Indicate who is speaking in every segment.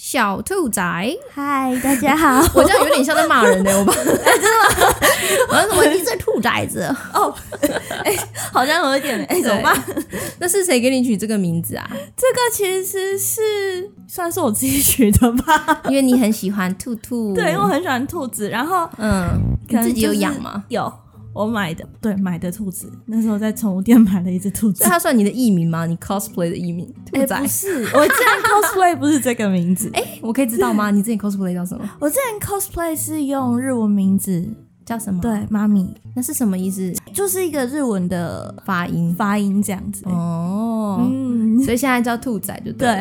Speaker 1: 小兔仔，
Speaker 2: 嗨，大家好，
Speaker 1: 我这样有点像在骂人呢、我把，我要怎么你这兔崽子？
Speaker 2: 好像有一点哎、怎么办？
Speaker 1: 那是谁给你取这个名字啊？
Speaker 2: 这个其实是算是我自己取的 吧。
Speaker 1: 因为你很喜欢兔兔，
Speaker 2: 对，因为我很喜欢兔子，然后
Speaker 1: 嗯，
Speaker 2: 可
Speaker 1: 你
Speaker 2: 能
Speaker 1: 自己
Speaker 2: 就
Speaker 1: 有
Speaker 2: 是
Speaker 1: 养吗？？
Speaker 2: 有，我买的，对，买的兔子。那时候在宠物店买了一只兔
Speaker 1: 这。
Speaker 2: 子
Speaker 1: 它算你的艺名吗？你 cosplay 的艺名兔仔
Speaker 2: 哎，不是，我之前 cosplay 不是这个名 字。哎、
Speaker 1: 我可以知道吗？你之前 cosplay 叫什么？
Speaker 2: 我之前 cosplay 是用日文名字，
Speaker 1: 叫什么？，
Speaker 2: 对，妈咪，
Speaker 1: 那是什么意思？
Speaker 2: 就是一个日文的
Speaker 1: 发音
Speaker 2: 发音这样子。
Speaker 1: 哦，
Speaker 2: 嗯，
Speaker 1: 所以现在叫兔仔就对了，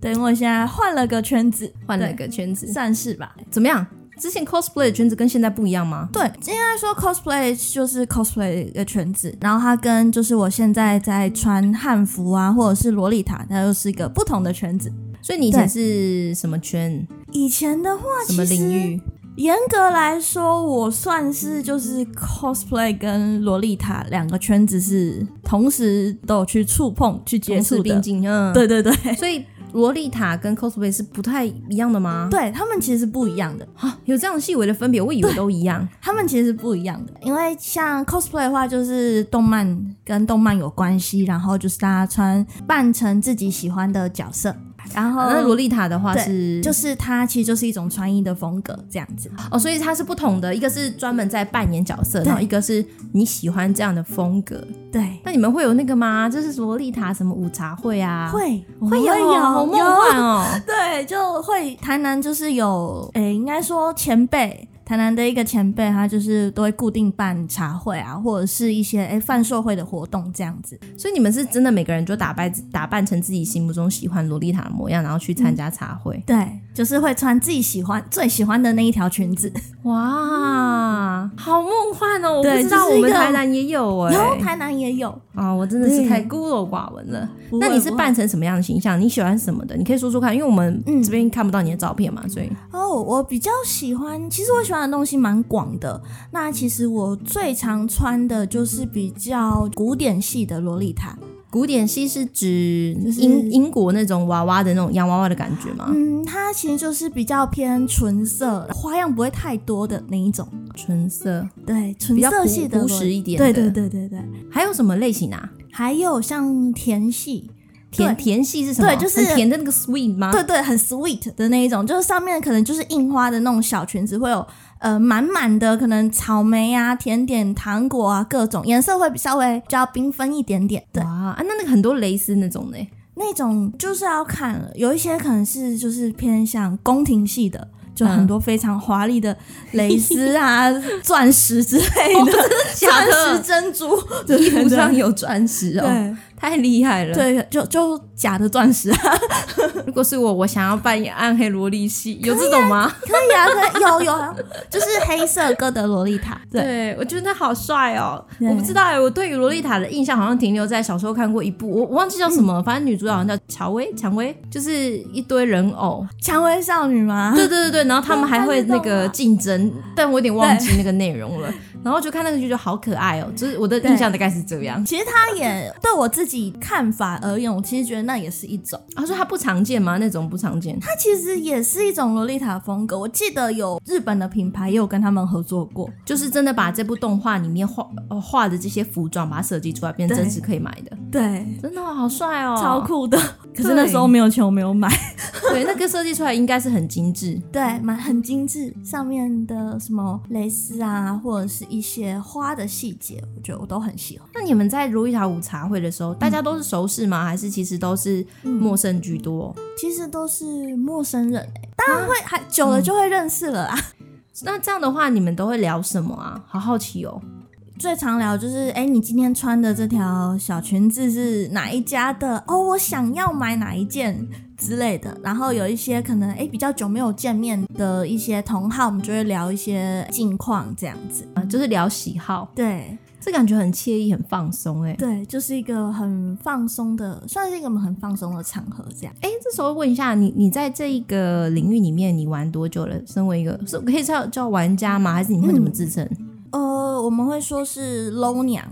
Speaker 2: 对，等我现在换了个圈子，
Speaker 1: 换了
Speaker 2: 对
Speaker 1: 个圈子，
Speaker 2: 算是吧。
Speaker 1: 怎么样？之前 cosplay 的圈子跟现在不一样吗？
Speaker 2: 对，应该说 cosplay 就是 cosplay 一个圈子，然后它跟就是我现在在穿汉服啊，或者是洛丽塔，它又是一个不同的圈子。
Speaker 1: 所以你以前是什么圈？
Speaker 2: 以前的话，
Speaker 1: 什么
Speaker 2: 其实
Speaker 1: 领域？
Speaker 2: 严格来说，我算是就是 cosplay 跟洛丽塔两个圈子是同时都有去触碰、去接
Speaker 1: 同
Speaker 2: 触
Speaker 1: 时并
Speaker 2: 的。
Speaker 1: 进，嗯，。
Speaker 2: 对对对，
Speaker 1: 所以洛丽塔跟 cosplay 是不太一样的吗？
Speaker 2: 对他们其实不一样的。
Speaker 1: 有这样细微的分别，我以为都一样。
Speaker 2: 他们其实不一样的，因为像 cosplay 的话，就是动漫跟动漫有关系，然后就是大家穿扮成自己喜欢的角色，然后
Speaker 1: 那洛丽塔的话
Speaker 2: 对
Speaker 1: 哦是
Speaker 2: 就是它其实就是一种穿衣的风格这样子。
Speaker 1: 哦，所以它是不同的，一个是专门在扮演角色，
Speaker 2: 对
Speaker 1: 然后一个是你喜欢这样的风格。
Speaker 2: 对，
Speaker 1: 那你们会有那个吗？就是洛丽塔什么午茶会啊，
Speaker 2: 会哦
Speaker 1: 会有好梦
Speaker 2: 有啊
Speaker 1: 幻哦。
Speaker 2: 对，就会台南就是有，诶、应该说前辈。台南的一个前辈，他就是都会固定办茶会啊，或者是一些诶贩售会的活动这样子。
Speaker 1: 所以你们是真的每个人就打扮打扮成自己心目中喜欢洛丽塔的模样，然后去参加茶会。
Speaker 2: 对，就是会穿自己喜欢、最喜欢的那一条裙子。
Speaker 1: 哇，好梦幻哦！我不
Speaker 2: 对
Speaker 1: 知道
Speaker 2: 就是
Speaker 1: 我
Speaker 2: 一
Speaker 1: 们
Speaker 2: 个
Speaker 1: 台南也有哎、
Speaker 2: 有台南也有，
Speaker 1: 啊、我真的是
Speaker 2: 对
Speaker 1: 太孤陋寡闻了。
Speaker 2: 不
Speaker 1: 那
Speaker 2: 会
Speaker 1: 你是
Speaker 2: 不会
Speaker 1: 扮成什么样的形象？你喜欢什么的？你可以说说看，因为我们
Speaker 2: 嗯
Speaker 1: 这边看不到你的照片嘛，所以
Speaker 2: 哦，我比较喜欢，其实我喜欢的东西蛮广的。那其实我最常穿的就是比较古典系的洛丽塔，
Speaker 1: 古典系是嗯指
Speaker 2: 就是
Speaker 1: 英英国那种娃娃的那种洋娃娃的感觉吗？
Speaker 2: 嗯，它其实就是比较偏纯色，花样不会太多的那一种。
Speaker 1: 纯色，比
Speaker 2: 对，纯
Speaker 1: 较
Speaker 2: 色系的
Speaker 1: 朴朴
Speaker 2: 洛
Speaker 1: 实一点的。
Speaker 2: 对对对对对，
Speaker 1: 还有什么类型啊？
Speaker 2: 还有像甜系，
Speaker 1: 甜
Speaker 2: 对
Speaker 1: 甜系是什么？
Speaker 2: 对就是
Speaker 1: 很甜的那个 sweet 吗？
Speaker 2: 对对，很 sweet 的那一种，就是上面可能就是印花的那种小裙子，会有呃满满的可能草莓啊、甜点、糖果啊各种，颜色会比稍微比较缤纷一点点。对
Speaker 1: 哇，，啊，那那个很多蕾丝那种呢？
Speaker 2: 那种就是要看了，有一些可能是就是偏向宫廷系的。
Speaker 1: 嗯
Speaker 2: 就很多非常华丽的蕾 丝啊、钻石之类的，
Speaker 1: 假
Speaker 2: 钻
Speaker 1: 哦的
Speaker 2: 石珍 珠，
Speaker 1: 衣服上有钻石哦，
Speaker 2: 对
Speaker 1: 太厉害了。
Speaker 2: 对，就就假的钻石啊，
Speaker 1: 如果是我，我想要扮演暗黑萝莉系，有这种吗？
Speaker 2: 可以啊，可以有有啊，就是黑色哥德萝莉塔，对，
Speaker 1: 对，我觉得他好帅哦！
Speaker 2: 对
Speaker 1: 我不知道哎，我对于洛丽塔的印象好像停留在小时候看过一部，我我忘记叫什
Speaker 2: 嗯
Speaker 1: 么，反正女主角好像叫乔薇，蔷薇，就是一堆人偶。
Speaker 2: 蔷薇少女吗？
Speaker 1: 对对对对，然后他们还会那个竞争，但我有点忘记那个内容了。然后就看那个就觉得好可爱哦，就是我的印象大概是这样。
Speaker 2: 其实他也对我自己看法而言，我其实觉得那也是一种，
Speaker 1: 他说它不常见吗？那种不常见。
Speaker 2: 它其实也是一种洛丽塔风格。我记得有日本的品牌也有跟他们合作过，
Speaker 1: 就是真的把这部动画里面画呃画的这些服装，把它设计出来，变成
Speaker 2: 对
Speaker 1: 真实可以买的，
Speaker 2: 对，
Speaker 1: 真的、哦、好帅哦，
Speaker 2: 超！酷的。可是
Speaker 1: 对
Speaker 2: 那时候没有钱，我没有买。
Speaker 1: 对，那个设计出来应该是很精致。
Speaker 2: 对，蛮很精致，上面的什么蕾丝啊，或者是一些花的细节，我觉得我都很喜欢。
Speaker 1: 那你们在如意塔午茶会的时候，大家都是熟识吗？还是其实都是
Speaker 2: 嗯
Speaker 1: 陌生居多？
Speaker 2: 其实都是陌生人、欸，当然会，还久了就会认识了啦。
Speaker 1: 那这样的话，你们都会聊什么啊？好好奇哦。
Speaker 2: 最常聊就是，哎、你今天穿的这条小裙子是哪一家的？哦，我想要买哪一件之类的。然后有一些可能，哎、比较久没有见面的一些同好，我们就会聊一些近况这样子。
Speaker 1: 啊，就是聊喜好，
Speaker 2: 对
Speaker 1: 这感觉很惬意，很放松哎、
Speaker 2: 对，就是一个很放松的，算是一个很放松的场合这样。
Speaker 1: 哎、这时候问一下你，你在这一个领域里面，你玩多久了？身为一个是可
Speaker 2: 嗯
Speaker 1: 以叫叫玩家吗？还是你会怎么自称？
Speaker 2: 呃，我们会说是搂娘，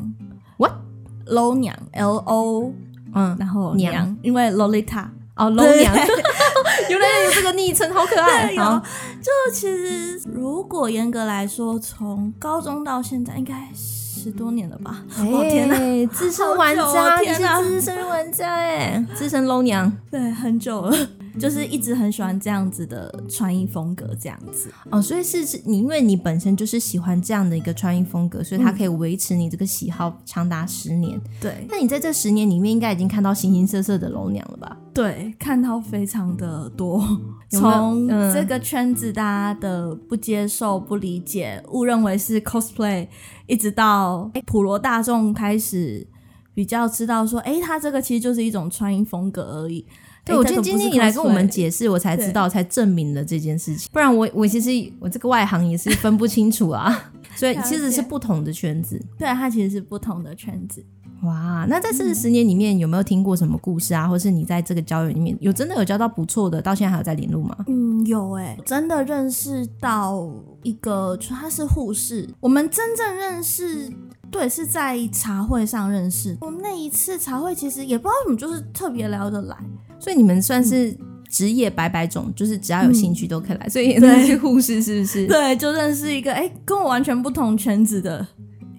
Speaker 2: low 娘 L O，
Speaker 1: 嗯，
Speaker 2: 然后
Speaker 1: 娘
Speaker 2: 娘，因为 Lolita。
Speaker 1: 哦，楼娘， 原来有这个昵称，好可爱。
Speaker 2: 有
Speaker 1: 好，
Speaker 2: 就其实如果严格来说，从高中到现在应该十多年了吧？哦天哪，
Speaker 1: 哪，资深
Speaker 2: 好久
Speaker 1: 玩
Speaker 2: 哦
Speaker 1: 家，你
Speaker 2: 天哪
Speaker 1: 是资深玩家哎，资深楼娘。
Speaker 2: 对，很久了， 就是一直很喜欢这样子的穿衣风格，这样子。
Speaker 1: 哦，所以是是你，因为你本身就是喜欢这样的一个穿衣风格，所以它可以维持你这个喜好长达十年。
Speaker 2: 对
Speaker 1: 那你在这十年里面，应该已经看到形形色色的龙娘了吧？
Speaker 2: 对，看到非常的多，
Speaker 1: 嗯有没有
Speaker 2: 从
Speaker 1: 嗯
Speaker 2: 这个圈子大家的不接受、不理解、误认为是 cosplay，一直到诶普罗大众开始。比较知道说，哎、它这个其实就是一种穿衣风格而已。
Speaker 1: 对，
Speaker 2: 诶
Speaker 1: 我
Speaker 2: 这
Speaker 1: 觉得
Speaker 2: 个
Speaker 1: 今
Speaker 2: 不是
Speaker 1: 天你来跟我
Speaker 2: cosplay
Speaker 1: 们解释，我才知道，才证明了这件事情。不然我我其实我这个外行也是分不清楚 啊。所以
Speaker 2: 了解
Speaker 1: 其实是不同的圈子。
Speaker 2: 对，它其实是不同的圈子。
Speaker 1: 哇，那在这十年里面有没有听过什么故事啊，或是你在这个交友里面有真的有交到不错的，到现在还有在联络吗？
Speaker 2: 嗯，有哎、真的认识到一个，就她是护士。我们真正认识，对，是在茶会上认识。我们那一次茶会，其实也不知道怎么，就是特别聊得来。
Speaker 1: 所以你们算是
Speaker 2: 嗯
Speaker 1: 职业百百种，就是只要有兴趣都可以来。所以也
Speaker 2: 对
Speaker 1: 是护士是不是？
Speaker 2: 对，就认识一个哎、跟我完全不同圈子的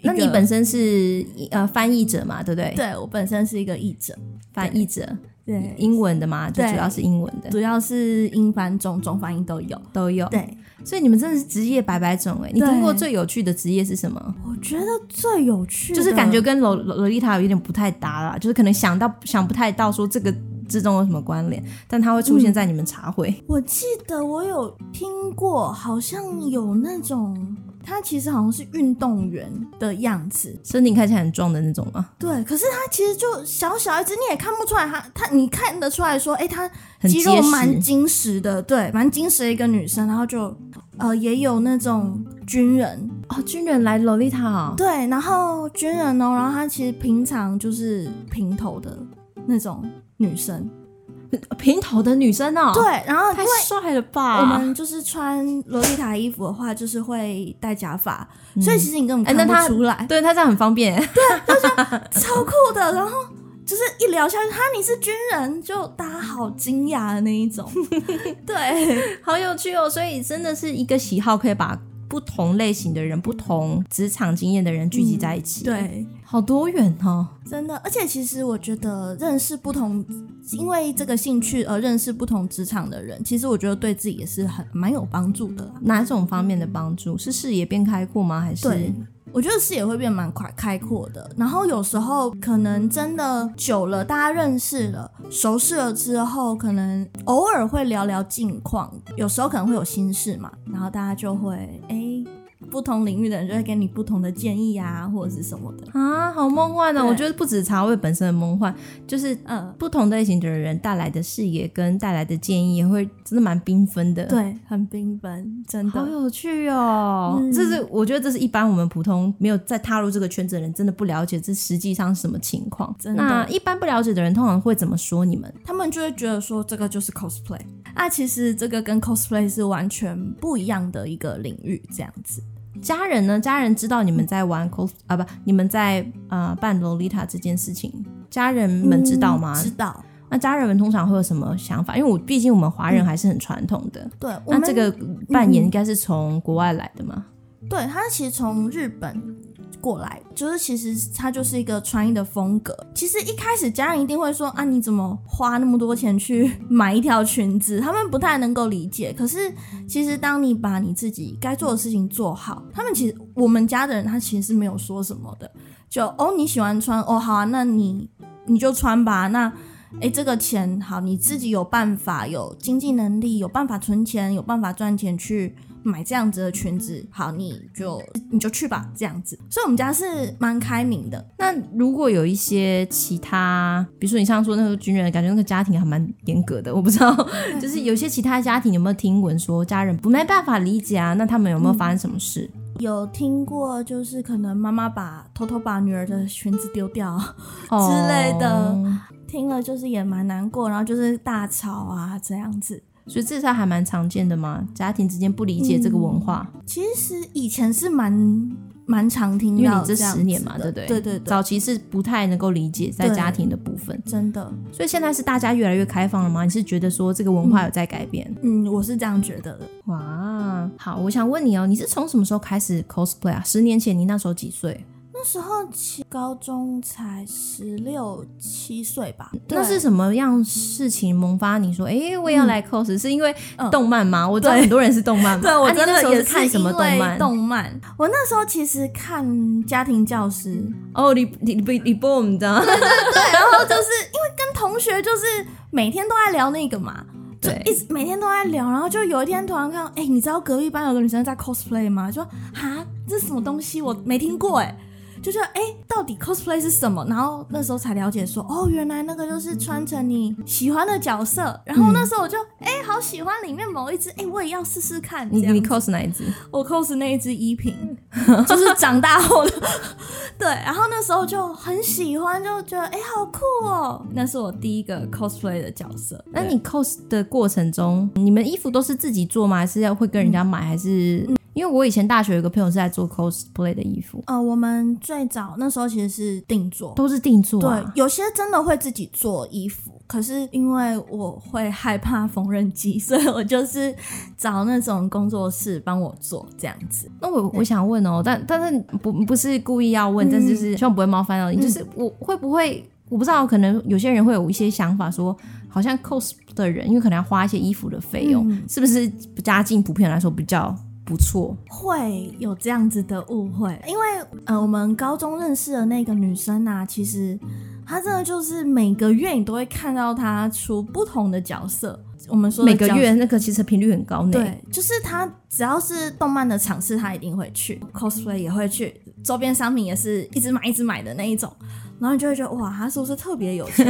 Speaker 2: 一
Speaker 1: 那
Speaker 2: 个。
Speaker 1: 你本身是呃翻译者嘛，对不对？，
Speaker 2: 对我本身是一个译者，
Speaker 1: 翻译者，
Speaker 2: 对，
Speaker 1: 英文的嘛，就
Speaker 2: 对
Speaker 1: 主要是英文的
Speaker 2: 主要是英翻中、中翻英都有。
Speaker 1: 都有。
Speaker 2: 对，
Speaker 1: 所以你们真的是职业百百种哎。你
Speaker 2: 对
Speaker 1: 听过最有趣的职业是什么？
Speaker 2: 我觉得最有趣的，
Speaker 1: 就是感觉跟洛洛洛丽塔有点不太搭啦，就是可能想到想不太到说这个之中有什么关联，但它会出
Speaker 2: 嗯
Speaker 1: 现在你们茶会。
Speaker 2: 我记得我有听过，好像有那种，他其实好像是运动员的样子，
Speaker 1: 身体看起来很壮的那种吗？
Speaker 2: 对。可是他其实就小小一只，你也看不出来他他，你看得出来说，哎、他
Speaker 1: 很
Speaker 2: 肌
Speaker 1: 结
Speaker 2: 肉蛮
Speaker 1: 实。
Speaker 2: 精实的，对，蛮精实的一个女生。然后就呃，也有那种军人，
Speaker 1: 哦，军人来洛丽塔哦，
Speaker 2: 对，然后军人哦，然后她其实平常就是平头的那种女生，
Speaker 1: 平头的女生哦，
Speaker 2: 对，，然后
Speaker 1: 太帅了吧！
Speaker 2: 我们就是穿洛丽塔衣服的话，就是会戴假发，
Speaker 1: 嗯
Speaker 2: 所以其实你根本
Speaker 1: 哎
Speaker 2: 看
Speaker 1: 那他呃
Speaker 2: 不出来，
Speaker 1: 对他这样很方便，
Speaker 2: 超酷的。然后就是一聊下去，哈，你是军人，就大家好惊讶的那 一种。对
Speaker 1: 好有趣哦！所以真的是一个喜好，可以把不同类型的人、不同职场经验的人聚集在一起，，
Speaker 2: 对，
Speaker 1: 好多元哦。
Speaker 2: 真的。而且其实我觉得认识不同，因为这个兴趣而认识不同职场的人，其实我觉得对自己也是很蛮有帮助的啦。
Speaker 1: 哪种方面的帮助？是视野变开阔吗？还是
Speaker 2: 对我觉得视野会变蛮快开阔的，然后有时候可能真的久了，大家认识了、熟识了之后，可能偶尔会聊聊近况，有时候可能会有心事嘛，然后大家就会哎、不同领域的人就会给你不同的建议啊，或者是什么的。
Speaker 1: 啊，好梦幻哦！
Speaker 2: 对
Speaker 1: 我觉得不止茶味本身的梦幻，就是呃
Speaker 2: 嗯，
Speaker 1: 不同类型的人带来的视野跟带来的建议，也会真的蛮缤纷的。。
Speaker 2: 对，很缤纷，真
Speaker 1: 好
Speaker 2: 的。
Speaker 1: 有趣哦！
Speaker 2: 嗯
Speaker 1: 这是我觉得这是一般我们普通没有再踏入这个圈子的人真的不了解这实际上是什么情况。
Speaker 2: 真的
Speaker 1: 那一般不了解的人通常会怎么说你们？
Speaker 2: 他们就会觉得说这个就是 cosplay 啊，其实这个跟 cosplay 是完全不一样的一个领域，这样子。
Speaker 1: 家人呢？家人知道你们在
Speaker 2: 嗯
Speaker 1: 玩 cos 啊不，你们在呃扮洛丽塔这件事情，家人们知道吗？
Speaker 2: 嗯知道。
Speaker 1: 那家人们通常会有什么想法？因为我毕竟我们华人还是很传统的。
Speaker 2: 对，嗯我
Speaker 1: 那
Speaker 2: 们嗯
Speaker 1: 这个扮演应该是从国外来的嘛？
Speaker 2: 对，他其实从日本过来，就是其实他就是一个穿衣的风格。其实一开始家人一定会说啊，你怎么花那么多钱去买一条裙子？他们不太能够理解。可是其实当你把你自己该做的事情做好，他们其实我们家的人他其实是没有说什么的，就哦你喜欢穿哦好啊，那你你就穿吧。那诶，这个钱好，你自己有办法，有经济能力，有办法存钱，有办法赚钱去买这样子的裙子，好，你就你就去吧，这样子。所以我们家是蛮开明的，
Speaker 1: 那如果有一些其他，比如说你像说那个军人，感觉那个家庭还蛮严格的，我不知 道，就是有些其他家庭有没有听闻说家人不没办法理解啊？那他们有没有发生什么事？
Speaker 2: 有听过就是可能妈妈把偷偷把女儿的裙子丢掉，
Speaker 1: 哦
Speaker 2: 嗯之类的听了就是也蛮难过，然后就是大吵啊这样子。
Speaker 1: 所以这是还蛮常见的嘛，家庭之间不理解这个文化，
Speaker 2: 其实以前是蛮蛮常听
Speaker 1: 因为
Speaker 2: 到
Speaker 1: 你
Speaker 2: 这
Speaker 1: 这
Speaker 2: 嗯样
Speaker 1: 十年
Speaker 2: 子
Speaker 1: 嘛，
Speaker 2: 的
Speaker 1: 对不对？
Speaker 2: 对对对，
Speaker 1: 早期是不太能够理解在
Speaker 2: 对
Speaker 1: 家庭的部分，
Speaker 2: 真的，
Speaker 1: 所以现在是大家越来越开放了吗？你是觉得说这个文化有在改变？
Speaker 2: 嗯，我是这样觉得的。
Speaker 1: 哇，好，我想问你哦，你是从什么时候开始 cosplay 啊？十年前你那时候几岁？
Speaker 2: 那时候其高中才十六七岁吧，
Speaker 1: 那是
Speaker 2: 对
Speaker 1: 什么样事情萌发你说，哎、我也要来 cos？、是因为
Speaker 2: 嗯
Speaker 1: 动漫吗？我知道
Speaker 2: 对
Speaker 1: 很多人是动漫嘛，
Speaker 2: 对我
Speaker 1: 啊、你
Speaker 2: 真
Speaker 1: 那时
Speaker 2: 的
Speaker 1: 候
Speaker 2: 也
Speaker 1: 是看什么动
Speaker 2: 因为
Speaker 1: 漫？
Speaker 2: 动漫，我那时候其实看《家庭 教师》，
Speaker 1: 哦，你你你你 boom 的，
Speaker 2: 对，然后就是因为跟同学就是每天都在聊那个嘛。就
Speaker 1: 对嗯
Speaker 2: 一直每天都在聊，然后就有一天突然看到，哎、你知道隔壁班有个女生在 cosplay 吗？就说哈，这是什么东西？我没听过哎、就觉得哎、到底 cosplay 是什么？然后那时候才了解说，哦，原来那个就是穿成你喜欢的角色。然
Speaker 1: 嗯
Speaker 2: 后那时候我就哎、好喜欢里面某一只，哎、我也要试试看。
Speaker 1: 你
Speaker 2: 这样
Speaker 1: 你 cos 嗯哪一只？
Speaker 2: 我 cos 那一只依萍， 就是长大后的。对，然后那时候就很喜欢，就觉得哎、好酷哦！那是我第一个 cosplay 的角色。
Speaker 1: 那
Speaker 2: 对
Speaker 1: 你 cos 的过程中，你们衣服都是自己做吗？还是要会跟人家买？还是
Speaker 2: 嗯
Speaker 1: 因为我以前大学有个朋友是在做 cosplay 的衣服，
Speaker 2: 呃，我们最早那时候其实是定做，
Speaker 1: 都是定做、
Speaker 2: 对
Speaker 1: 啊。，
Speaker 2: 有些真的会自己做衣服，可是因为我会害怕缝纫机，所以我就是找那种工作室帮我做这样子。
Speaker 1: 那我我想问哦，但但是不不是故意要问，但是
Speaker 2: 嗯
Speaker 1: 就是希望不会冒犯到你。就是我会不会我不知道，可能有些人会有一些想法说，好像 cos 的人，因为可能要花一些衣服的费用，
Speaker 2: 嗯
Speaker 1: 是不是家境普遍来说比较不错？
Speaker 2: 会有这样子的误会，因为呃，我们高中认识的那个女生啊，其实她真的就是每个月你都会看到她出不同的角色。我们说的
Speaker 1: 每个
Speaker 2: 角色
Speaker 1: 月那个其实频率很高呢。
Speaker 2: 对，就是她只要是动漫的场次，她一定会去，cosplay 也会去，周边商品也是一直买一直买的那一种。然后你就会觉得哇，她是不是特别有钱？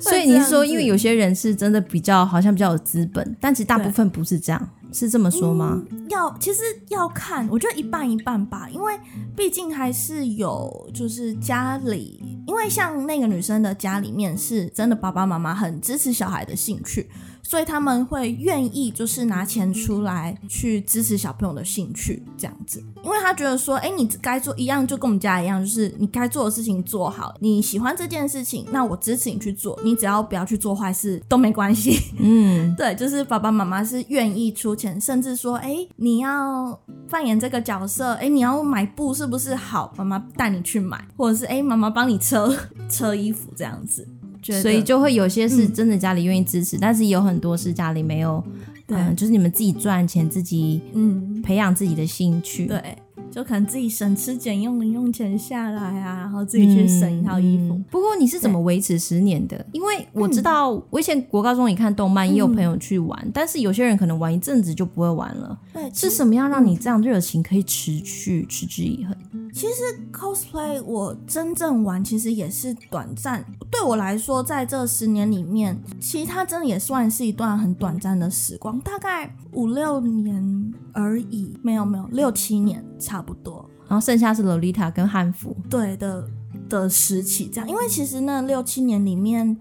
Speaker 1: 所以你是说，
Speaker 2: 会这样子
Speaker 1: 因为有些人是真的比较好像比较有资本，但其实大部分不是这样，是这么说吗？
Speaker 2: 嗯要其实要看，我觉得一半一半吧，因为毕竟还是有就是家里，因为像那个女生的家里面是真的爸爸妈妈很支持小孩的兴趣，所以他们会愿意就是拿钱出来去支持小朋友的兴趣这样子，因为他觉得说，哎、你该做一样就跟我们家一样，就是你该做的事情做好，你喜欢这件事情，那我支持你去做，你只要不要去做坏事都没关系。
Speaker 1: 嗯，
Speaker 2: 对，就是爸爸妈妈是愿意出钱，甚至说，哎，你要扮演这个角色，哎，你要买布是不是好？妈妈带你去买，或者是哎，妈妈帮你车车衣服这样子。嗯觉得嗯
Speaker 1: 所以就会有些是真的家里愿意支持，但是有很多是家里没有，
Speaker 2: 对
Speaker 1: 嗯，就是你们自己赚钱，自己
Speaker 2: 嗯，
Speaker 1: 培养自己的兴趣，，
Speaker 2: 对，就可能自己省吃俭用零用钱下来啊，然后自己去省一套衣服。
Speaker 1: 嗯不过你是怎么维持十年的？因为我知道，我以前国高中也看动漫，
Speaker 2: 嗯
Speaker 1: 也有朋友去玩，但是有些人可能玩一阵子就不会玩了。
Speaker 2: 对，其
Speaker 1: 是
Speaker 2: 实
Speaker 1: 什么样让你这样热情可以持续持之以恒？
Speaker 2: 其实 cosplay 我真正玩其实也是短暂，对我来说，在这十年里面，其实它真的也算是一段很短暂的时光，大概五六年而已，没有没有六七年差不多，
Speaker 1: 然后剩下是洛丽塔跟汉服，
Speaker 2: 对的的时期这样。因为其实那六七年里面，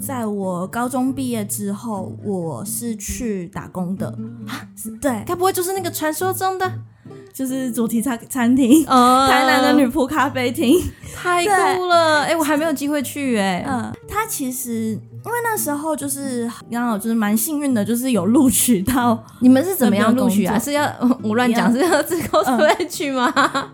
Speaker 2: 在我高中毕业之后，我是去打工的啊，是对，
Speaker 1: 该不会就是那个传说中的
Speaker 2: 就是主题餐餐厅，
Speaker 1: 呃
Speaker 2: 台南的女仆咖啡厅。
Speaker 1: 太酷了？哎、我还没有机会去哎、
Speaker 2: 嗯，他其实因为那时候就是，然后就是蛮幸运的，就是有录取到，
Speaker 1: 你们是怎么样录取啊？
Speaker 2: 那边有工作嗯
Speaker 1: 是要 我乱讲是要自己 cosplay 去吗？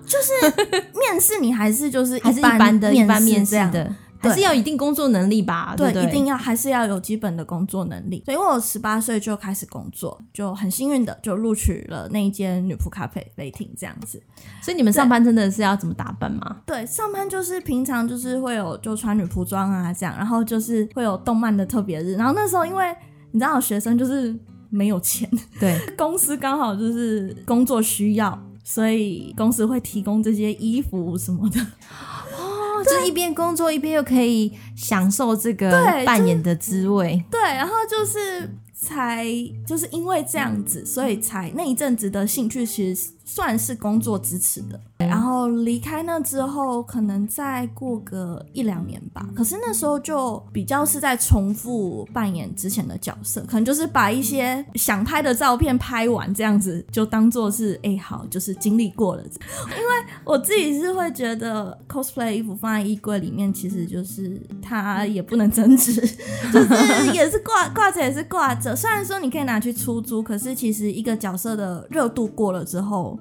Speaker 2: 面试你还是就是
Speaker 1: 还是一般的一般面
Speaker 2: 面
Speaker 1: 试
Speaker 2: 这样。
Speaker 1: 的？
Speaker 2: 对
Speaker 1: 还是要有一定工作能力吧？对
Speaker 2: 对，
Speaker 1: 不对，
Speaker 2: 一定要还是要有基本的工作能力。所以我十八岁就开始工作，就很幸运的就录取了那一间女仆咖啡雷霆这样子。
Speaker 1: 所以你们上班真的是要怎么打扮吗？
Speaker 2: 对，上班就是平常就是会有就穿女仆装啊这样，然后就是会有动漫的特别日。然后那时候因为你知道学生就是没有钱，
Speaker 1: 对，
Speaker 2: 公司刚好就是工作需要，所以公司会提供这些衣服什么的。
Speaker 1: 哦，就是一边工作一边又可以享受这个
Speaker 2: 对
Speaker 1: 扮演的滋味。
Speaker 2: 对，然后就是才就是因为这样子，所以才那一阵子的兴趣其实算是工作支持的。然后离开那之后，可能再过个一两年吧。可是那时候就比较是在重复扮演之前的角色，可能就是把一些想拍的照片拍完，这样子就当做是哎、好，就是经历过了。因为我自己是会觉得 cosplay 衣服放在衣柜里面，其实就是它也不能增值，就是也是挂挂着也是挂着。虽然说你可以拿去出租，可是其实一个角色的热度过了之后，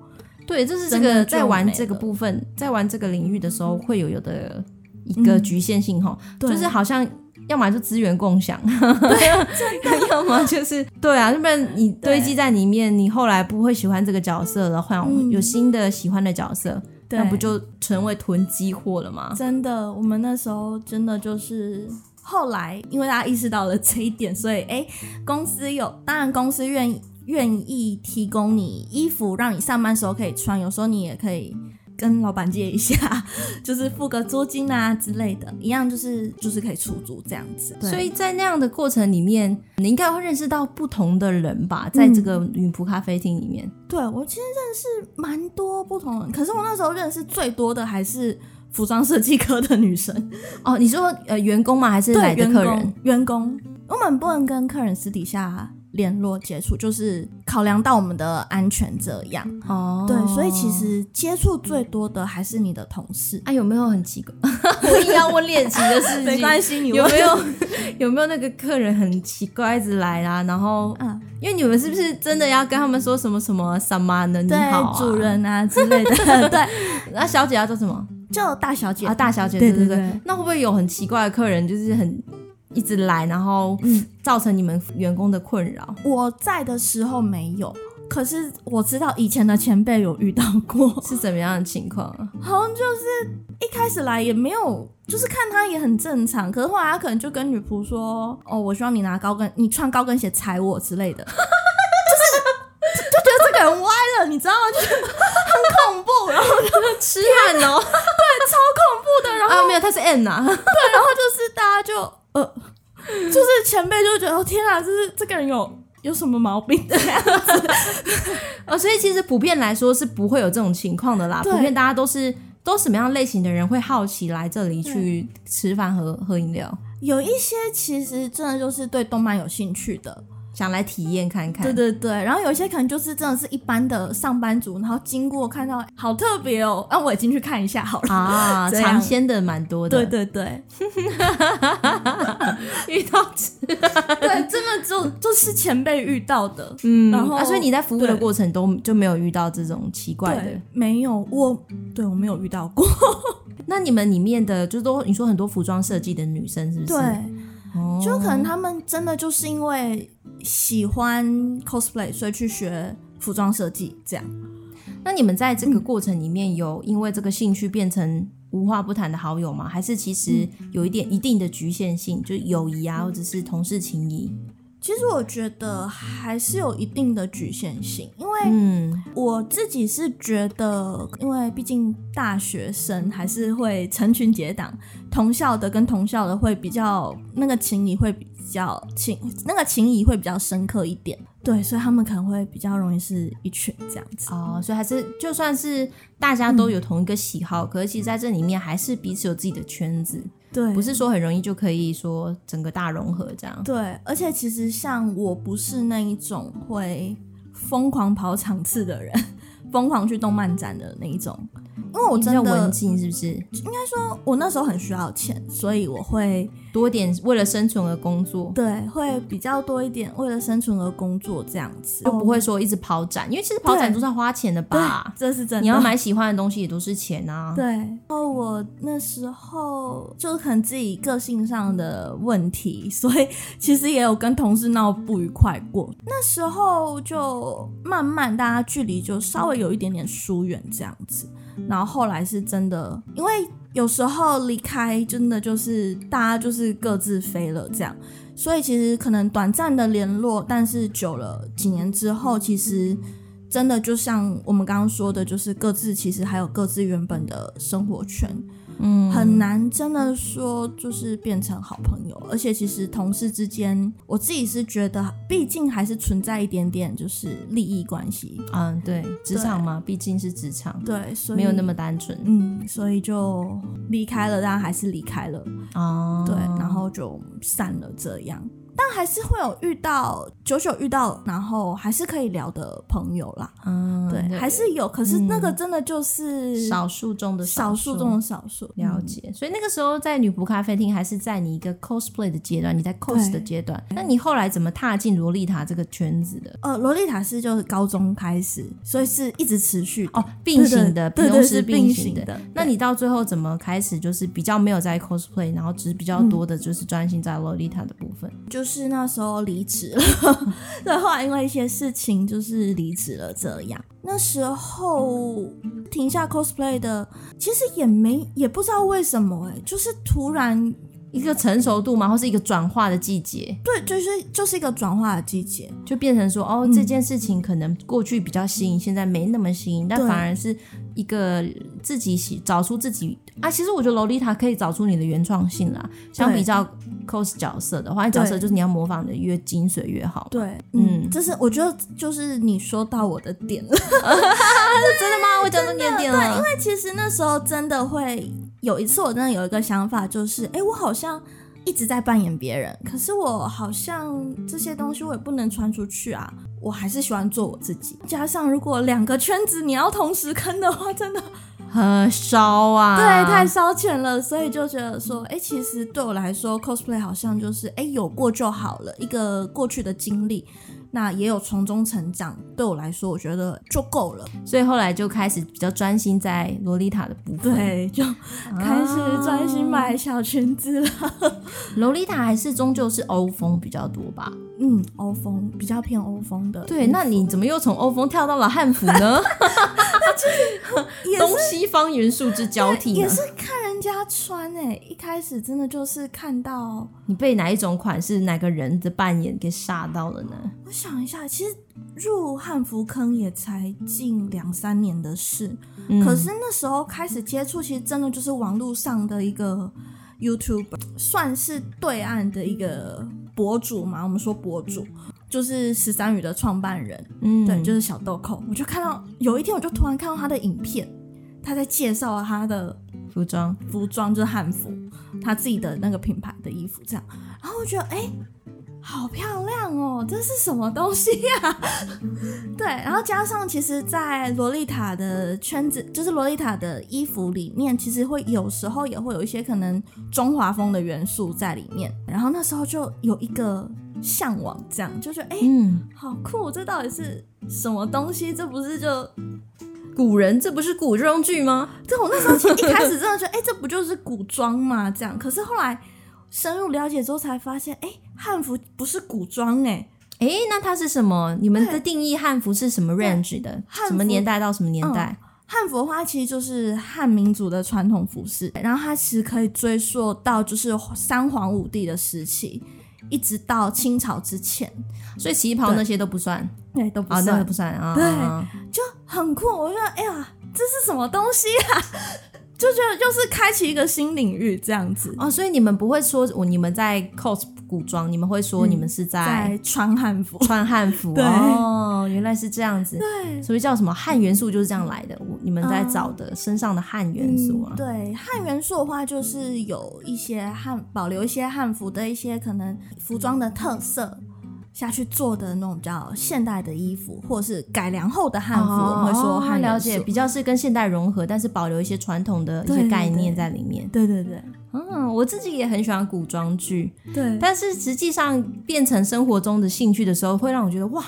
Speaker 1: 对，这是这
Speaker 2: 真的
Speaker 1: 个
Speaker 2: 就
Speaker 1: 在玩
Speaker 2: 没
Speaker 1: 这个
Speaker 2: 了
Speaker 1: 部分，在玩这个领域的时候会有有的一个局限性哈、
Speaker 2: 对
Speaker 1: 就是好像要么就资源共享， 对，要么就是对啊，要不然你堆积在里面，你后来不会喜欢这个角色了，换
Speaker 2: 嗯
Speaker 1: 有新的喜欢的角色，
Speaker 2: 对
Speaker 1: 那不就成为囤积货了吗？
Speaker 2: 真的，我们那时候真的就是。后来，因为大家意识到了这一点，所以哎，公司有，当然公司愿意愿意提供你衣服，让你上班时候可以穿，有时候你也可以跟老板借一下， 就是付个租金啊之类的，一样就是就是可以出租这样子。对
Speaker 1: 所以在那样的过程里面，你应该会认识到不同的人吧，在这个女仆咖啡厅里面，
Speaker 2: 对我其实认识蛮多不同人，可是我那时候认识最多的还是服装设计科的女生。
Speaker 1: 哦，你说呃员工吗？还是
Speaker 2: 对
Speaker 1: 来的客人？
Speaker 2: 员工，员工，我们不能跟客人私底下联络接触，就是考量到我们的安全这样。
Speaker 1: 哦，
Speaker 2: 对，所以其实接触最多的还是你的同事。
Speaker 1: 啊，有没有很奇怪？我硬要问猎奇的事情，
Speaker 2: 系，
Speaker 1: 有没有有没有那个客人很奇怪一直来啦、然后
Speaker 2: 嗯，
Speaker 1: 因为你们是不是真的要跟他们说什么什么什么呢？你
Speaker 2: 对、
Speaker 1: 好、啊，
Speaker 2: 主，人啊之类的，对，
Speaker 1: 那、小姐要做什么
Speaker 2: 就哦大小姐
Speaker 1: 啊？，大小姐，
Speaker 2: 对
Speaker 1: 对
Speaker 2: 对对
Speaker 1: 那会不会有很奇怪的客人，就是很一直来，然后造成你们员工的困扰？
Speaker 2: 我在的时候没有。可是我知道以前的前辈有遇到过，
Speaker 1: 是怎么样的情况啊？
Speaker 2: 好像就是一开始来也没有，就是看他也很正常，可是后来他可能就跟女仆说：“哦，我希望你拿高跟，你穿高跟鞋踩我之类的。”就是就觉得这个人歪了，你知道吗？就是很恐怖，然后
Speaker 1: 痴汉哦，
Speaker 2: 不的，然后
Speaker 1: 啊，没有，他是 N 呐、啊，
Speaker 2: 对，然后就是大家就呃，就是前辈就觉得哦天啊，这是这个人有有什么毛病？
Speaker 1: 哦，所以其实普遍来说是不会有这种情况的啦。
Speaker 2: 对
Speaker 1: 普遍大家都是都什么样类型的人会好奇来这里去吃饭和喝饮料，
Speaker 2: 有一些其实真的就是对动漫有兴趣的，
Speaker 1: 想来体验看看。
Speaker 2: 对对对，然后有一些可能就是真的是一般的上班族，然后经过看到好特别哦，那、我也进去看一下好了。
Speaker 1: 啊，
Speaker 2: 这样
Speaker 1: 尝鲜的蛮多
Speaker 2: 对
Speaker 1: 的。
Speaker 2: 对对
Speaker 1: 对， 遇到
Speaker 2: 对，真的就就是前辈遇到的，
Speaker 1: 嗯，
Speaker 2: 然后
Speaker 1: 啊，所以你在服务的
Speaker 2: 对
Speaker 1: 过程都就没有遇到这种奇怪的
Speaker 2: 对。，没有我，对我没有遇到过，
Speaker 1: 那你们里面的就都你说很多服装设计的女生是不是？
Speaker 2: 对，
Speaker 1: 哦，
Speaker 2: 就可能他们真的就是因为喜欢 cosplay，所以去学服装设计这样。
Speaker 1: 那你们在这个过程里面有因为这个兴趣变成无话不谈的好友吗？还是其实有一点一定的局限性，就友谊啊，或者是同事情谊？
Speaker 2: 其实我觉得还是有一定的局限性，因为
Speaker 1: 嗯，
Speaker 2: 我自己是觉得，因为毕竟大学生还是会成群结党，同校的跟同校的会比较那个情谊会比较情那个情谊会比较深刻一点，对，所以他们可能会比较容易是一群这样子。
Speaker 1: 哦，所以还是就算是大家都有同一个喜好，可是其实在这里面还是彼此有自己的圈子，
Speaker 2: 对，
Speaker 1: 不是说很容易就可以说整个大融合这样。
Speaker 2: 对，而且其实像我不是那一种会疯狂跑场次的人， 疯狂去动漫展的那一种，因为我
Speaker 1: 你比
Speaker 2: 真
Speaker 1: 较文
Speaker 2: 的
Speaker 1: 静是不是？
Speaker 2: 我那时候很需要钱，所以我会。
Speaker 1: 多点为了生存而工作，
Speaker 2: 对，会比较多一点，为了生存而工作这样子，
Speaker 1: 就不会说一直跑展，因为其实跑展
Speaker 2: 哦对
Speaker 1: 都是要花钱的
Speaker 2: 对
Speaker 1: 吧？
Speaker 2: 这是真的。
Speaker 1: 你要买喜欢的东西也都是钱啊。
Speaker 2: 对，然后我那时候就可能自己个性上的问题，所以其实也有跟同事闹不愉快过。那时候就慢慢大家距离就稍微有一点点疏远这样子，然后后来是真的，因为有时候离开真的就是大家就是各自飞了这样。所以其实可能短暂的联络，但是久了几年之后，其实真的就像我们刚刚说的，就是各自其实还有各自原本的生活圈，
Speaker 1: 嗯，
Speaker 2: 很难真的说就是变成好朋友。而且其实同事之间，我自己是觉得，毕竟还是存在一点点就是利益关系。
Speaker 1: 嗯，对，职场嘛，毕竟是职场，
Speaker 2: 对，所以
Speaker 1: 没有那么单纯
Speaker 2: 嗯，所以就离开了，但还是离开了。
Speaker 1: 哦。
Speaker 2: 对，然后就散了这样。但还是会有遇到，久久遇到，然后还是可以聊的朋友啦。
Speaker 1: 嗯，
Speaker 2: 对，还是有，可是那个真的就是
Speaker 1: 少数中的
Speaker 2: 少数嗯中的少数。
Speaker 1: 了解，所以那个时候在女仆咖啡厅还是在你一个 cosplay 的阶段，你在 cos
Speaker 2: 对
Speaker 1: 的阶段。那你后来怎么踏进洛丽塔这个圈子的？
Speaker 2: 呃，洛丽塔是就是高中开始，所以是一直持续的
Speaker 1: 哦，并行的，
Speaker 2: 对对
Speaker 1: 同
Speaker 2: 对，
Speaker 1: 时
Speaker 2: 是并
Speaker 1: 行的。
Speaker 2: 的。
Speaker 1: 那你到最后怎么开始就是比较没有在 cosplay，然后只是比
Speaker 2: 嗯
Speaker 1: 较多的就是专心在洛丽塔的部分？
Speaker 2: 就是那时候离职了， 对，后来因为一些事情就是离职了，这样。那时候停下 cosplay 的，其实也没也不知道为什么哎、就是突然
Speaker 1: 一个成熟度嘛，或是一个转化的季节，
Speaker 2: 对，就是就是一个转化的季节，
Speaker 1: 就变成说哦，这件事情可能过去比较新颖，现在没那么新颖，但
Speaker 2: 对
Speaker 1: 反而是一个自己喜找出自己啊。其实我觉得洛丽塔可以找出你的原创性啦。相比较 cos 角色的话，你角色就是你要模仿的越精髓越好。
Speaker 2: 对，
Speaker 1: 嗯
Speaker 2: 嗯，这是我觉得就是你说到我的点了。
Speaker 1: 真的吗？我讲到你的点了，因为
Speaker 2: 其实那时候真的会有一次，我真的有一个想法，就是哎、诶我好像一直在扮演别人，可是我好像这些东西我也不能传出去啊。我还是喜欢做我自己，加上如果两个圈子你要同时坑的话，真的、
Speaker 1: 很烧啊，
Speaker 2: 对太烧钱了，所以就觉得说，哎、其实对我来说，cosplay 好像就是哎、诶有过就好了，一个过去的经历，那也有从中成长，对我来说，我觉得就够了。
Speaker 1: 所以后来就开始比较专心在洛丽塔的部分。，
Speaker 2: 对，就
Speaker 1: 嗯
Speaker 2: 开始专心
Speaker 1: 啊
Speaker 2: 买小裙子了。
Speaker 1: 洛丽塔还是终究是欧风比较多吧？
Speaker 2: 嗯，欧风比较偏欧风的，
Speaker 1: 对，那你怎么又从欧风跳到了汉服呢？
Speaker 2: 也
Speaker 1: 东
Speaker 2: 是
Speaker 1: 西方元素之交替
Speaker 2: 也
Speaker 1: 呢？
Speaker 2: 是看人家穿诶、一开始真的就是看到，
Speaker 1: 你被哪一种款式、哪个人的扮演给吓到了呢？
Speaker 2: 我想一下，其实入汉服坑也才近两三年的事，
Speaker 1: 嗯
Speaker 2: 可是那时候开始接触，其实真的就是网络上的一个 YouTube，算是对岸的一个博主嘛，我们说博主。就是十三语的创办人，
Speaker 1: 嗯
Speaker 2: 对，就是小豆蔻。我就看到有一天，我就突然看到他的影片，他在介绍他的
Speaker 1: 服装，
Speaker 2: 服装，就是汉服，他自己的那个品牌的衣服这样。然后我觉得，哎、好漂亮哦，这是什么东西呀、 对，然后加上其实，在洛丽塔的圈子，就是洛丽塔的衣服里面，其实会有时候也会有一些可能中华风的元素在里面。然后那时候就有一个向往，这样就觉得，哎、
Speaker 1: 嗯，
Speaker 2: 好酷！这到底是什么东西？这不是就
Speaker 1: 古人这不是古装剧吗？
Speaker 2: 这？我那时候其实一开始真的觉得，哎、这不就是古装嘛？这样。可是后来深入了解之后，才发现，哎、汉服不是古装、哎，
Speaker 1: 诶，那它是什么？你们的定义汉服是什么 range 的？
Speaker 2: 汉服
Speaker 1: 什么年代到什么年代？
Speaker 2: 汉服的话其实就是汉民族的传统服饰，然后它其实可以追溯到就是三皇五帝的时期，一直到清朝之前，
Speaker 1: 所以旗袍那些都不算
Speaker 2: 嗯对，都不
Speaker 1: 啊，那
Speaker 2: 算，
Speaker 1: 个不算啊。
Speaker 2: 对
Speaker 1: 啊
Speaker 2: 就很酷。我就觉得，哎呀，这是什么东西啊？ 就觉得就是开启一个新领域这样子。
Speaker 1: 哦，所以你们不会说我你们在 cos 古装，你们会说
Speaker 2: 嗯
Speaker 1: 你们是在
Speaker 2: 在穿汉服。
Speaker 1: 穿汉服。
Speaker 2: 对
Speaker 1: 哦，原来是这样子。
Speaker 2: 对，
Speaker 1: 所以叫什么汉元素就是这样来的。我你们在找的身上的汉元素啊
Speaker 2: 嗯、，对汉元素的话，就是有一些汉保留一些汉服的一些可能服装的特色。下去做的那种比较现代的衣服，或者是改良后的汉服，我们会说
Speaker 1: 哦
Speaker 2: 汉元素。
Speaker 1: 了解，比较是跟现代融合，但是保留一些传统的一
Speaker 2: 对
Speaker 1: 些
Speaker 2: 对
Speaker 1: 概念在里面。
Speaker 2: 对对对
Speaker 1: 嗯，我自己也很喜欢古装剧，
Speaker 2: 对，
Speaker 1: 但是实际上变成生活中的兴趣的时候，会让我觉得哇，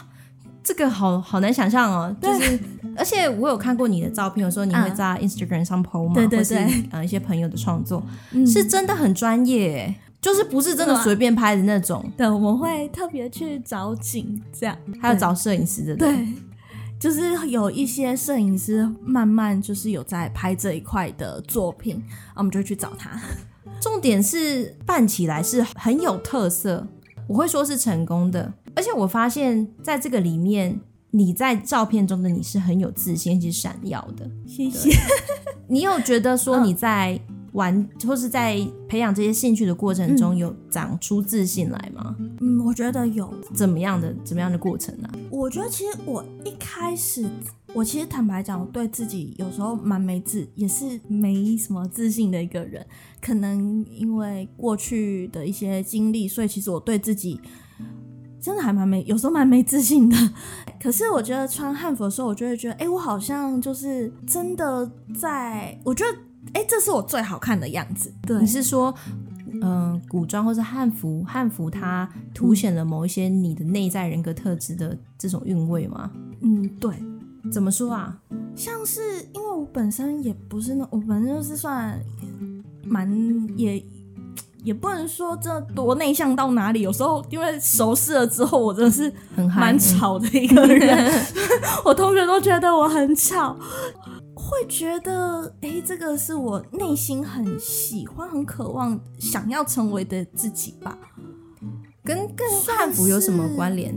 Speaker 1: 这个好好难想象哦。就是，而且我有看过你的照片，有时候你会
Speaker 2: 嗯
Speaker 1: 在 Instagram 上 PO 嘛，
Speaker 2: 对对
Speaker 1: 或是
Speaker 2: 对
Speaker 1: 呃一些朋友的创作，
Speaker 2: 嗯
Speaker 1: 是真的很专业欸，就是不是真的
Speaker 2: 对啊
Speaker 1: 随便拍的那种，
Speaker 2: 对，我们会特别去找景，这样
Speaker 1: 还有找摄影师的。
Speaker 2: 对，就是有一些摄影师慢慢就是有在拍这一块的作品，啊我们就去找他。
Speaker 1: 重点是办起来是很有特色，我会说是成功的。而且我发现在这个里面，你在照片中的你是很有自信且闪耀的。
Speaker 2: 谢谢。
Speaker 1: 你有觉得说
Speaker 2: 嗯
Speaker 1: 你在玩、或是在培养这些兴趣的过程中，有长出自信来吗？
Speaker 2: 嗯，我觉得有。
Speaker 1: 怎么样的怎么样的过程啊？
Speaker 2: 我觉得其实我一开始，我其实坦白讲，我对自己有时候蛮没自，也是没什么自信的一个人。可能因为过去的一些经历，所以其实我对自己真的还蛮没，有时候蛮没自信的。可是我觉得穿汉服的时候，我就会觉得，哎、我好像就是真的在，我觉得，哎、这是我最好看的样子。对
Speaker 1: 你是说，嗯、古装或是汉服，汉服它凸显了某一些你的内在人格特质的这种韵味吗？
Speaker 2: 嗯，对，
Speaker 1: 怎么说啊？
Speaker 2: 像是因为我本身也不是那，我本身就是算蛮也也不能说这多内向到哪里。有时候因为熟识了之后，我真的是
Speaker 1: 很嗨嗯
Speaker 2: 蛮吵的一个人，我同学都觉得我很吵，会觉得哎、诶这个是我内心很喜欢、很渴望、想要成为的自己吧。
Speaker 1: 跟跟
Speaker 2: 算
Speaker 1: 汉服有什么
Speaker 2: 是
Speaker 1: 关联？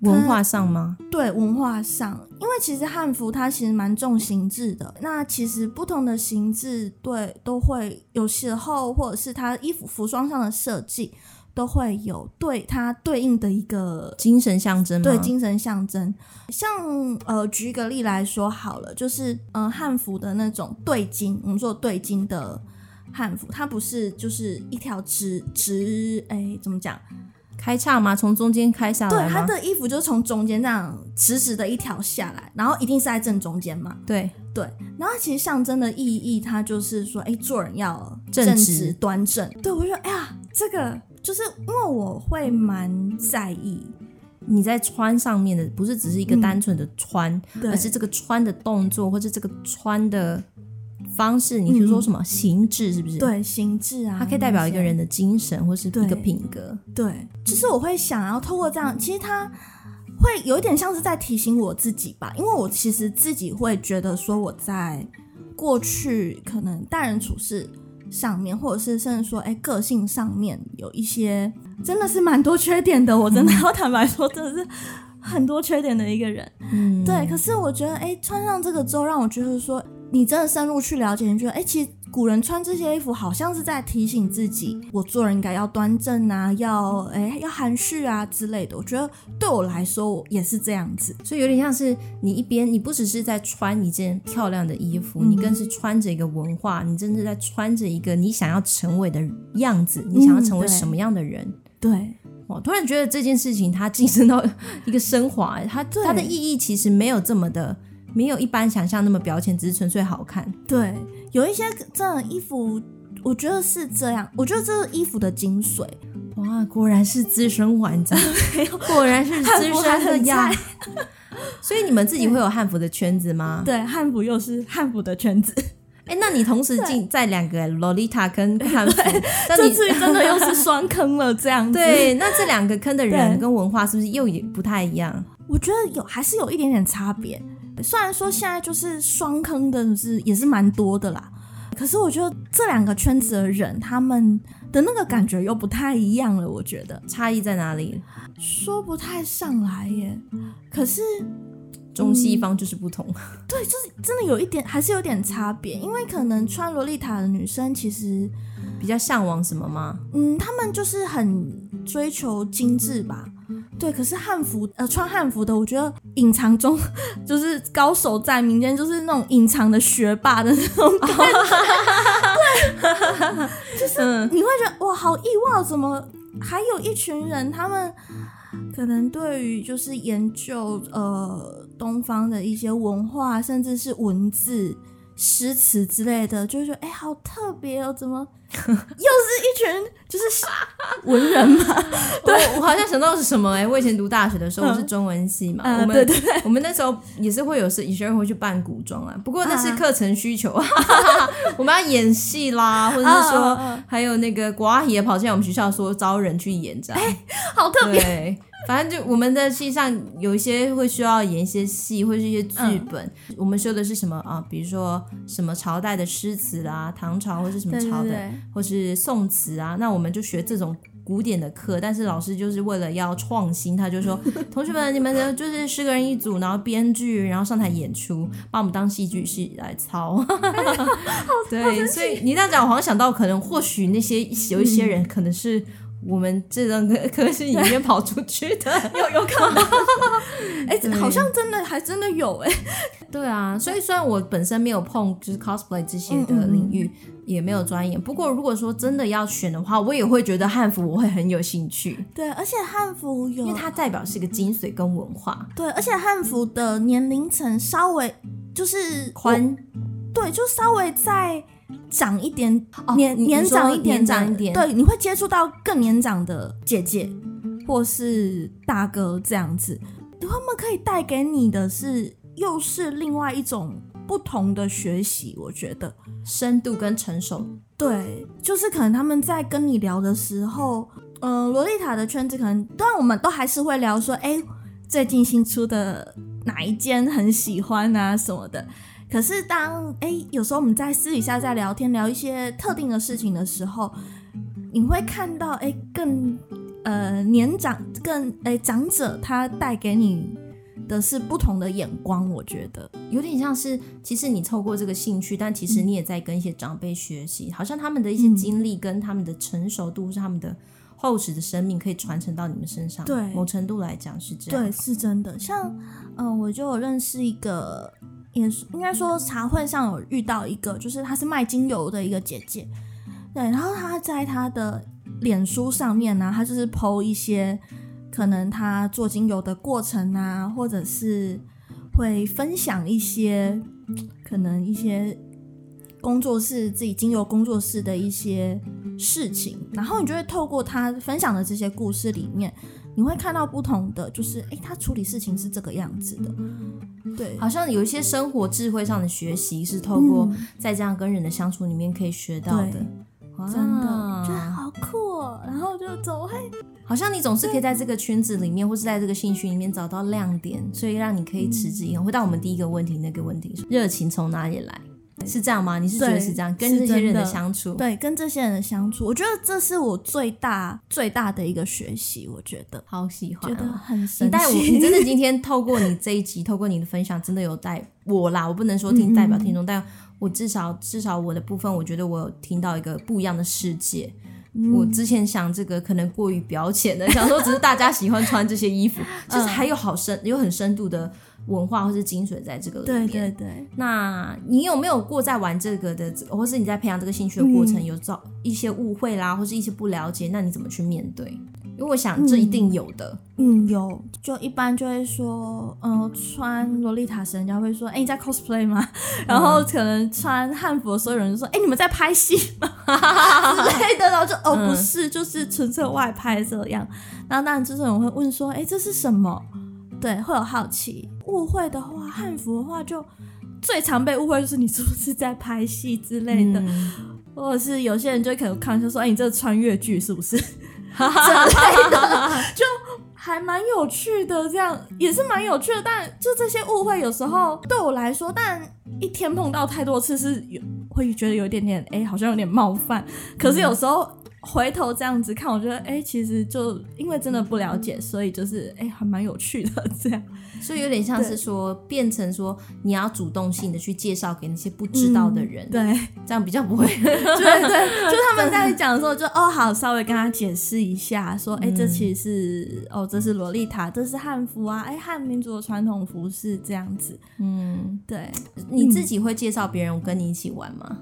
Speaker 2: 能
Speaker 1: 文化上吗？
Speaker 2: 对文化上，因为其实汉服它其实蛮重形制的。那其实不同的形制，对都会有时候，或者是它衣服服装上的设计，都会有对它对应的一个
Speaker 1: 精神象嗯征吗？
Speaker 2: 对精神象征。像呃，举一个例来说好了，就是呃汉服的那种对襟，我们说对襟的汉服，它不是就是一条直直哎怎么讲？
Speaker 1: 开叉吗？从中间开下来
Speaker 2: 对，
Speaker 1: 吗？
Speaker 2: 他的衣服就是从中间这样直直的一条下来，然后一定是在正中间嘛。
Speaker 1: 对
Speaker 2: 对，然后它其实象征的意义，它就是说，哎，做人要
Speaker 1: 正
Speaker 2: 正
Speaker 1: 直
Speaker 2: 直端正。对，我就说，哎呀，这个就是因为我会蛮在意，
Speaker 1: 你在穿上面的不是只是一个
Speaker 2: 嗯
Speaker 1: 单纯的穿，
Speaker 2: 对
Speaker 1: 而是这个穿的动作或者这个穿的方式，你比如说什么形制是不是？，
Speaker 2: 对形制啊，
Speaker 1: 它可以代表一个
Speaker 2: 那些
Speaker 1: 人的精神或是一个
Speaker 2: 对
Speaker 1: 品格。
Speaker 2: 对，就是我会想要透过这样，其实他会有一点像是在提醒我自己吧，因为我其实自己会觉得说我在过去可能待人处事上面，或者是甚至说哎个性上面有一些真的是蛮多缺点的，我真的要坦白说，真的是很多缺点的一个人。
Speaker 1: 嗯，
Speaker 2: 对，可是我觉得，哎、穿上这个之后，让我觉得说，你真的深入去了解，你觉得，哎、其实古人穿这些衣服，好像是在提醒自己，我做人应该要端正啊，要，哎、要含蓄啊之类的。我觉得对我来说，我也是这样子。
Speaker 1: 所以有点像是你一边，你不只是在穿一件漂亮的衣服，
Speaker 2: 嗯
Speaker 1: 你更是穿着一个文化，你真的在穿着一个你想要成为的样子，你想要成为
Speaker 2: 对
Speaker 1: 什么样的人。
Speaker 2: 嗯对，
Speaker 1: 我突然觉得这件事情它晋升到一个升华，它
Speaker 2: 对
Speaker 1: 它的意义其实没有这么的，没有一般想象那么表浅，只是纯粹好看。
Speaker 2: 对，有一些这种衣服，我觉得是这样，我觉得这是衣服的精髓。
Speaker 1: 哇，果然是资深玩 家，果然是资
Speaker 2: 汉
Speaker 1: 深
Speaker 2: 服还
Speaker 1: 的
Speaker 2: 很
Speaker 1: 呀
Speaker 2: 菜。
Speaker 1: 所以你们自己会有汉服的圈子吗？
Speaker 2: 对，汉服又是汉服的圈 子，
Speaker 1: 哎、那你同时进在两个 Lolita 跟 汉服，那
Speaker 2: 这
Speaker 1: 你
Speaker 2: 次真的 又是双坑了，这样子。
Speaker 1: 对，那这两个坑的人
Speaker 2: 对
Speaker 1: 跟文化是不是又也不太一样？
Speaker 2: 我觉得有还是有一点点差别。虽然说现在就是双坑的是也是蛮多的啦，可是我觉得这两个圈子的人他们的那个感觉又不太一样了。我觉得
Speaker 1: 差异在哪里？
Speaker 2: 说不太上来耶，可是
Speaker 1: 中西方就是不同。
Speaker 2: 对，就是真的有一点还是有点差别，因为可能穿洛丽塔的女生其实
Speaker 1: 比较向往什么吗？
Speaker 2: 嗯，他们就是很追求精致吧。对，可是汉服，呃，穿汉服的，我觉得隐藏中就是高手在民间，就是那种隐藏的学霸的那种感觉。对，
Speaker 1: 嗯
Speaker 2: 就是你会觉得哇，好意外，怎么还有一群人，他们可能对于就是研究呃东方的一些文化，甚至是文字、诗词之类的，就会觉得哎、好特别哦，怎么又是一群就是 文人嘛？
Speaker 1: 对，我好像想到是什么哎、我以前读大学的时候，
Speaker 2: 嗯
Speaker 1: 我是中文系嘛，
Speaker 2: 啊
Speaker 1: 我们
Speaker 2: 对对对
Speaker 1: 我们那时候也是会有时有些人会去扮古装啊，不过那是
Speaker 2: 啊
Speaker 1: 课程需 求，哈哈哈，我们要演戏啦，或者是说、
Speaker 2: 啊啊啊
Speaker 1: 还有那个国阿姨也跑进来我们学校说招人去演这样，
Speaker 2: 好特别。哦
Speaker 1: 对。反正就我们的系上有一些会需要演一些戏，或是一些剧本。
Speaker 2: 嗯
Speaker 1: 我们修的是什么啊？比如说什么朝嗯代的诗词啦，唐朝或是什么朝的，或是宋词啊，那我们就学这种古典的课，但是老师就是为了要创新，他就说同学们，你们的就是十个人一组，然后编剧，然后上台演出，把我们当戏剧系来操。 对，所以你这样讲，我好像想到可能或许那些有一些人可能是。我们这张科科系里面跑出去的，
Speaker 2: 有有可能，哎、
Speaker 1: 对
Speaker 2: 好像真的还真的有哎、
Speaker 1: 对啊，所以虽然我本身没有碰就是 cosplay 这些的领域，也没有钻研，不过如果说真的要选的话，我也会觉得汉服我会很有兴趣，
Speaker 2: 对，而且汉服
Speaker 1: 因为
Speaker 2: 有，
Speaker 1: 它代表是一个精髓跟文化。
Speaker 2: 对，而且汉服的年龄层稍微就是
Speaker 1: 宽，
Speaker 2: 对，就稍微再长一点，
Speaker 1: 哦
Speaker 2: 年
Speaker 1: 你你
Speaker 2: 年
Speaker 1: 说
Speaker 2: 长一点的，
Speaker 1: 年长一点
Speaker 2: 对，你会接触到更年长的姐姐或是大哥这样子，他们可以带给你的是又是另外一种不同的学习，我觉得。
Speaker 1: 深度跟成熟，
Speaker 2: 对，就是可能他们在跟你聊的时候，嗯、洛丽塔的圈子可能，当然我们都还是会聊说，哎，最近新出的哪一间很喜欢啊什么的。可是当哎，有时候我们在私底下在聊天聊一些特定的事情的时候，你会看到哎，更呃年长更哎长者他带给你的是不同的眼光，我觉得。
Speaker 1: 有点像是其实你透过这个兴趣，但其实你也在跟一些长辈学习，好像他们的一些
Speaker 2: 嗯
Speaker 1: 经历跟他们的成熟度，是他们的厚实的生命可以传承到你们身上。
Speaker 2: 对
Speaker 1: 某程度来讲是这样。
Speaker 2: 对，是真的。像，嗯、我就有认识一个，也是应该说茶会上有遇到一个，就是她是卖精油的一个姐姐，对，然后她在她的脸书上面呢、她就是剖一些可能她做精油的过程啊，或者是会分享一些可能一些工作室自己精油工作室的一些事情，然后你就会透过她分享的这些故事里面。你会看到不同的，就是哎，诶他处理事情是这个样子的，对，
Speaker 1: 好像有一些生活智慧上的学习是透过在这样跟人的相处里面可以学到的
Speaker 2: 嗯对，
Speaker 1: 哇
Speaker 2: 真的觉得好酷哦。然后就怎么会？
Speaker 1: 好像你总是
Speaker 2: 啊
Speaker 1: 可以在这个圈子里面，或是在这个兴趣里面找到亮点，所以让你可以持之以恒。
Speaker 2: 嗯
Speaker 1: 回到我们第一个问题，那个问题，热情从哪里来？是这样吗？你是觉得
Speaker 2: 对
Speaker 1: 是这样？
Speaker 2: 是
Speaker 1: 跟这些人
Speaker 2: 真的
Speaker 1: 的相处，
Speaker 2: 对，跟这些人的相处，我觉得这是我最大最大的一个学习，我觉得
Speaker 1: 好喜欢
Speaker 2: 觉
Speaker 1: 啊、
Speaker 2: 得很神
Speaker 1: 你
Speaker 2: 奇。
Speaker 1: 带我，你 真的今天透过你这一集， 透过你的分享，真的有带我啦。我不能说
Speaker 2: 嗯
Speaker 1: 听代表听众，但我至少至少我的部分，我觉得我有听到一个不一样的世界。
Speaker 2: 嗯
Speaker 1: 我之前想这个可能过于表浅 的，想说只是大家喜欢穿这些衣
Speaker 2: 嗯
Speaker 1: 服，就是还有好深有很深度的文化或是精髓在这个里
Speaker 2: 对
Speaker 1: 面。
Speaker 2: 对对，
Speaker 1: 那你有没有过在玩这个的，或是你在培养这个兴趣的过程，
Speaker 2: 嗯
Speaker 1: 有造一些误会啦，或是一些不了解，那你怎么去面对？因为我想这一定有的，
Speaker 2: 嗯，有就一般就会说，嗯、穿洛丽塔时，人家会说，哎，你在 cosplay 吗？
Speaker 1: 嗯
Speaker 2: 然后可能穿汉服的所有人就说，哎，你们在拍戏吗？ 之类的，然后就哦，
Speaker 1: 嗯
Speaker 2: 不是，就是纯粹外拍这样。然后当然就是我会问说，哎，这是什么？对，会有好奇。误会的话，汉服的话就最常被误会就是你是不是在拍戏之类的，
Speaker 1: 嗯
Speaker 2: 或者是有些人就可能开玩笑说，哎，你这穿越剧是 不是？ 之类的，就还蛮有趣的，这样也是蛮有趣的。但就这些误会，有时候对我来说，但一天碰到太多次是有会觉得有一点点，哎、好像有点冒犯。可是有时候。回头这样子看，我觉得哎、其实就因为真的不了解，所以就是哎、还蛮有趣的这样。
Speaker 1: 所以有点像是
Speaker 2: 对
Speaker 1: 说，变成说你要主动性的去介绍给那些不知道的人，
Speaker 2: 对
Speaker 1: 这样比较 不会。
Speaker 2: 对对， 就他们在讲的时候就，哦好，稍微跟他解释一下，说哎、这其实是哦，这是洛丽塔，这是汉服啊，哎、汉民族的传统服饰这样子。
Speaker 1: 嗯，
Speaker 2: 对，
Speaker 1: 你自己会介绍别人跟你一起玩吗？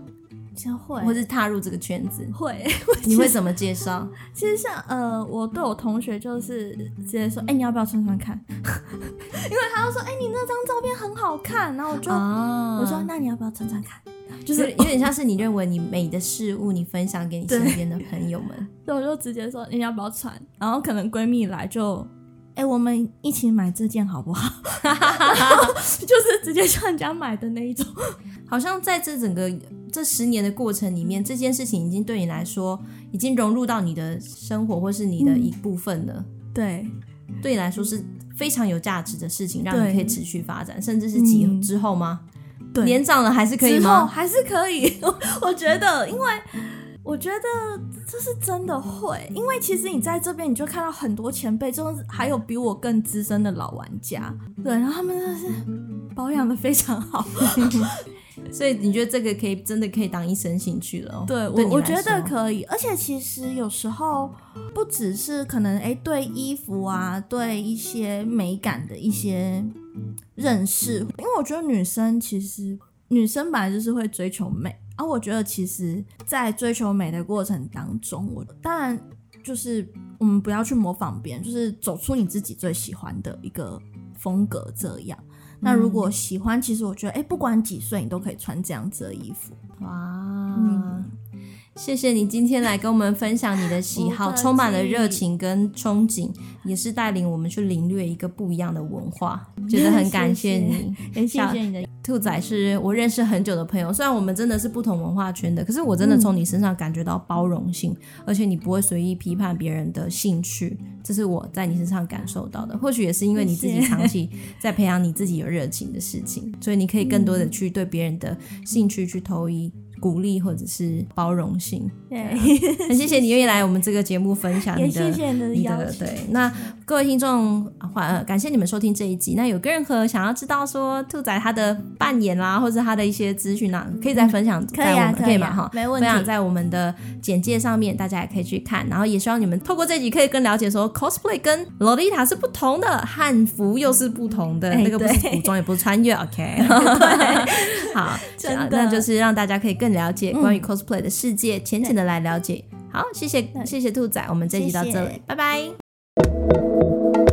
Speaker 2: 就会
Speaker 1: 或是踏入这个圈子，
Speaker 2: 会。
Speaker 1: 你会怎么介绍？
Speaker 2: 其实像呃，我对我同学就是直接说，哎、你要不要穿穿看？ 因为他就说，哎、你那张照片很好看，然后我就、
Speaker 1: 啊
Speaker 2: 我说，那你要不要穿穿看？
Speaker 1: 就是有有点像是你认为你美的事物，你分享给你身边的朋友们。
Speaker 2: 所以我就直接说，你要不要穿？然后可能闺蜜来就。哎、我们一起买这件好不好？ 就是直接叫人家买的那一种。
Speaker 1: 好像在这整个这十年的过程里面，这件事情已经对你来说已经融入到你的生活或是你的一部分了，
Speaker 2: 对，
Speaker 1: 对你来说是非常有价值的事情，让你
Speaker 2: 对
Speaker 1: 可以持续发展，甚至是几、
Speaker 2: 嗯
Speaker 1: 之后吗？
Speaker 2: 对
Speaker 1: 年长了还是可以
Speaker 2: 之后
Speaker 1: 吗？
Speaker 2: 还是可以。我我觉得，因为我觉得这是真的会，因为其实你在这边你就看到很多前辈，就是还有比我更资深的老玩家，对，然后他们真的是保养的非常好。
Speaker 1: 所以你觉得这个可以真的可以当一生兴趣了哦？
Speaker 2: 对我
Speaker 1: 你
Speaker 2: 我
Speaker 1: 来
Speaker 2: 觉得
Speaker 1: 说
Speaker 2: 可以，而且其实有时候不只是可能哎、诶对衣服啊，对一些美感的一些认识，因为我觉得女生其实女生本来就是会追求美，而、我觉得其实，在追求美的过程当中，我当然就是我们不要去模仿别人，就是走出你自己最喜欢的一个风格这样。那如果喜欢，其实我觉得，哎、不管几岁，你都可以穿这样子的衣服。
Speaker 1: 哇。
Speaker 2: 嗯
Speaker 1: 谢谢你今天来跟我们分享你的喜好，
Speaker 2: 不客气
Speaker 1: 充满了热情跟憧憬，也是带领我们去领略一个不一样的文化，觉得很感谢你。
Speaker 2: 也谢谢你的
Speaker 1: 兔仔是我认识很久的朋友，虽然我们真的是不同文化圈的，可是我
Speaker 2: 嗯
Speaker 1: 真的从你身上感觉到包容性，而且你不会随意批判别人的兴趣，这是我在你身上感受到的。或许也是因为你自己
Speaker 2: 谢谢
Speaker 1: 长期在培养你自己有热情的事情，所以你可以更
Speaker 2: 嗯
Speaker 1: 多的去对别人的兴趣去投以鼓励或者是包容 性。
Speaker 2: 对，啊
Speaker 1: 很谢谢你愿意来我们这个节目分享
Speaker 2: 也
Speaker 1: 你的
Speaker 2: 谢谢你的
Speaker 1: 你
Speaker 2: 邀
Speaker 1: 的
Speaker 2: 请。
Speaker 1: 对，那各位听众，呃，感谢你们收听这一集。那有任何想要知道说兔仔他的扮演啦，或者他的一些资讯啊，可以再分享
Speaker 2: 可
Speaker 1: 在
Speaker 2: 以
Speaker 1: 我
Speaker 2: 啊，
Speaker 1: 们，以
Speaker 2: 以
Speaker 1: 嘛
Speaker 2: 啊
Speaker 1: 哈。
Speaker 2: 没问
Speaker 1: 分享
Speaker 2: 题。
Speaker 1: 在我们的简介上面，大家也可以去看。然后也希望你们透过这集可以更了解说，cosplay 跟 Lolita 是不同的，汉服又是不同的，
Speaker 2: 哎
Speaker 1: 那个不是
Speaker 2: 对
Speaker 1: 古装，也不是穿越。OK，好，
Speaker 2: 真
Speaker 1: 啊
Speaker 2: 的
Speaker 1: 那就是让大家可以更了解关于 cosplay 的世界，浅浅的来了解。好，谢谢谢谢兔仔，我们这集到这
Speaker 2: 谢谢
Speaker 1: 里，拜拜。
Speaker 2: 拜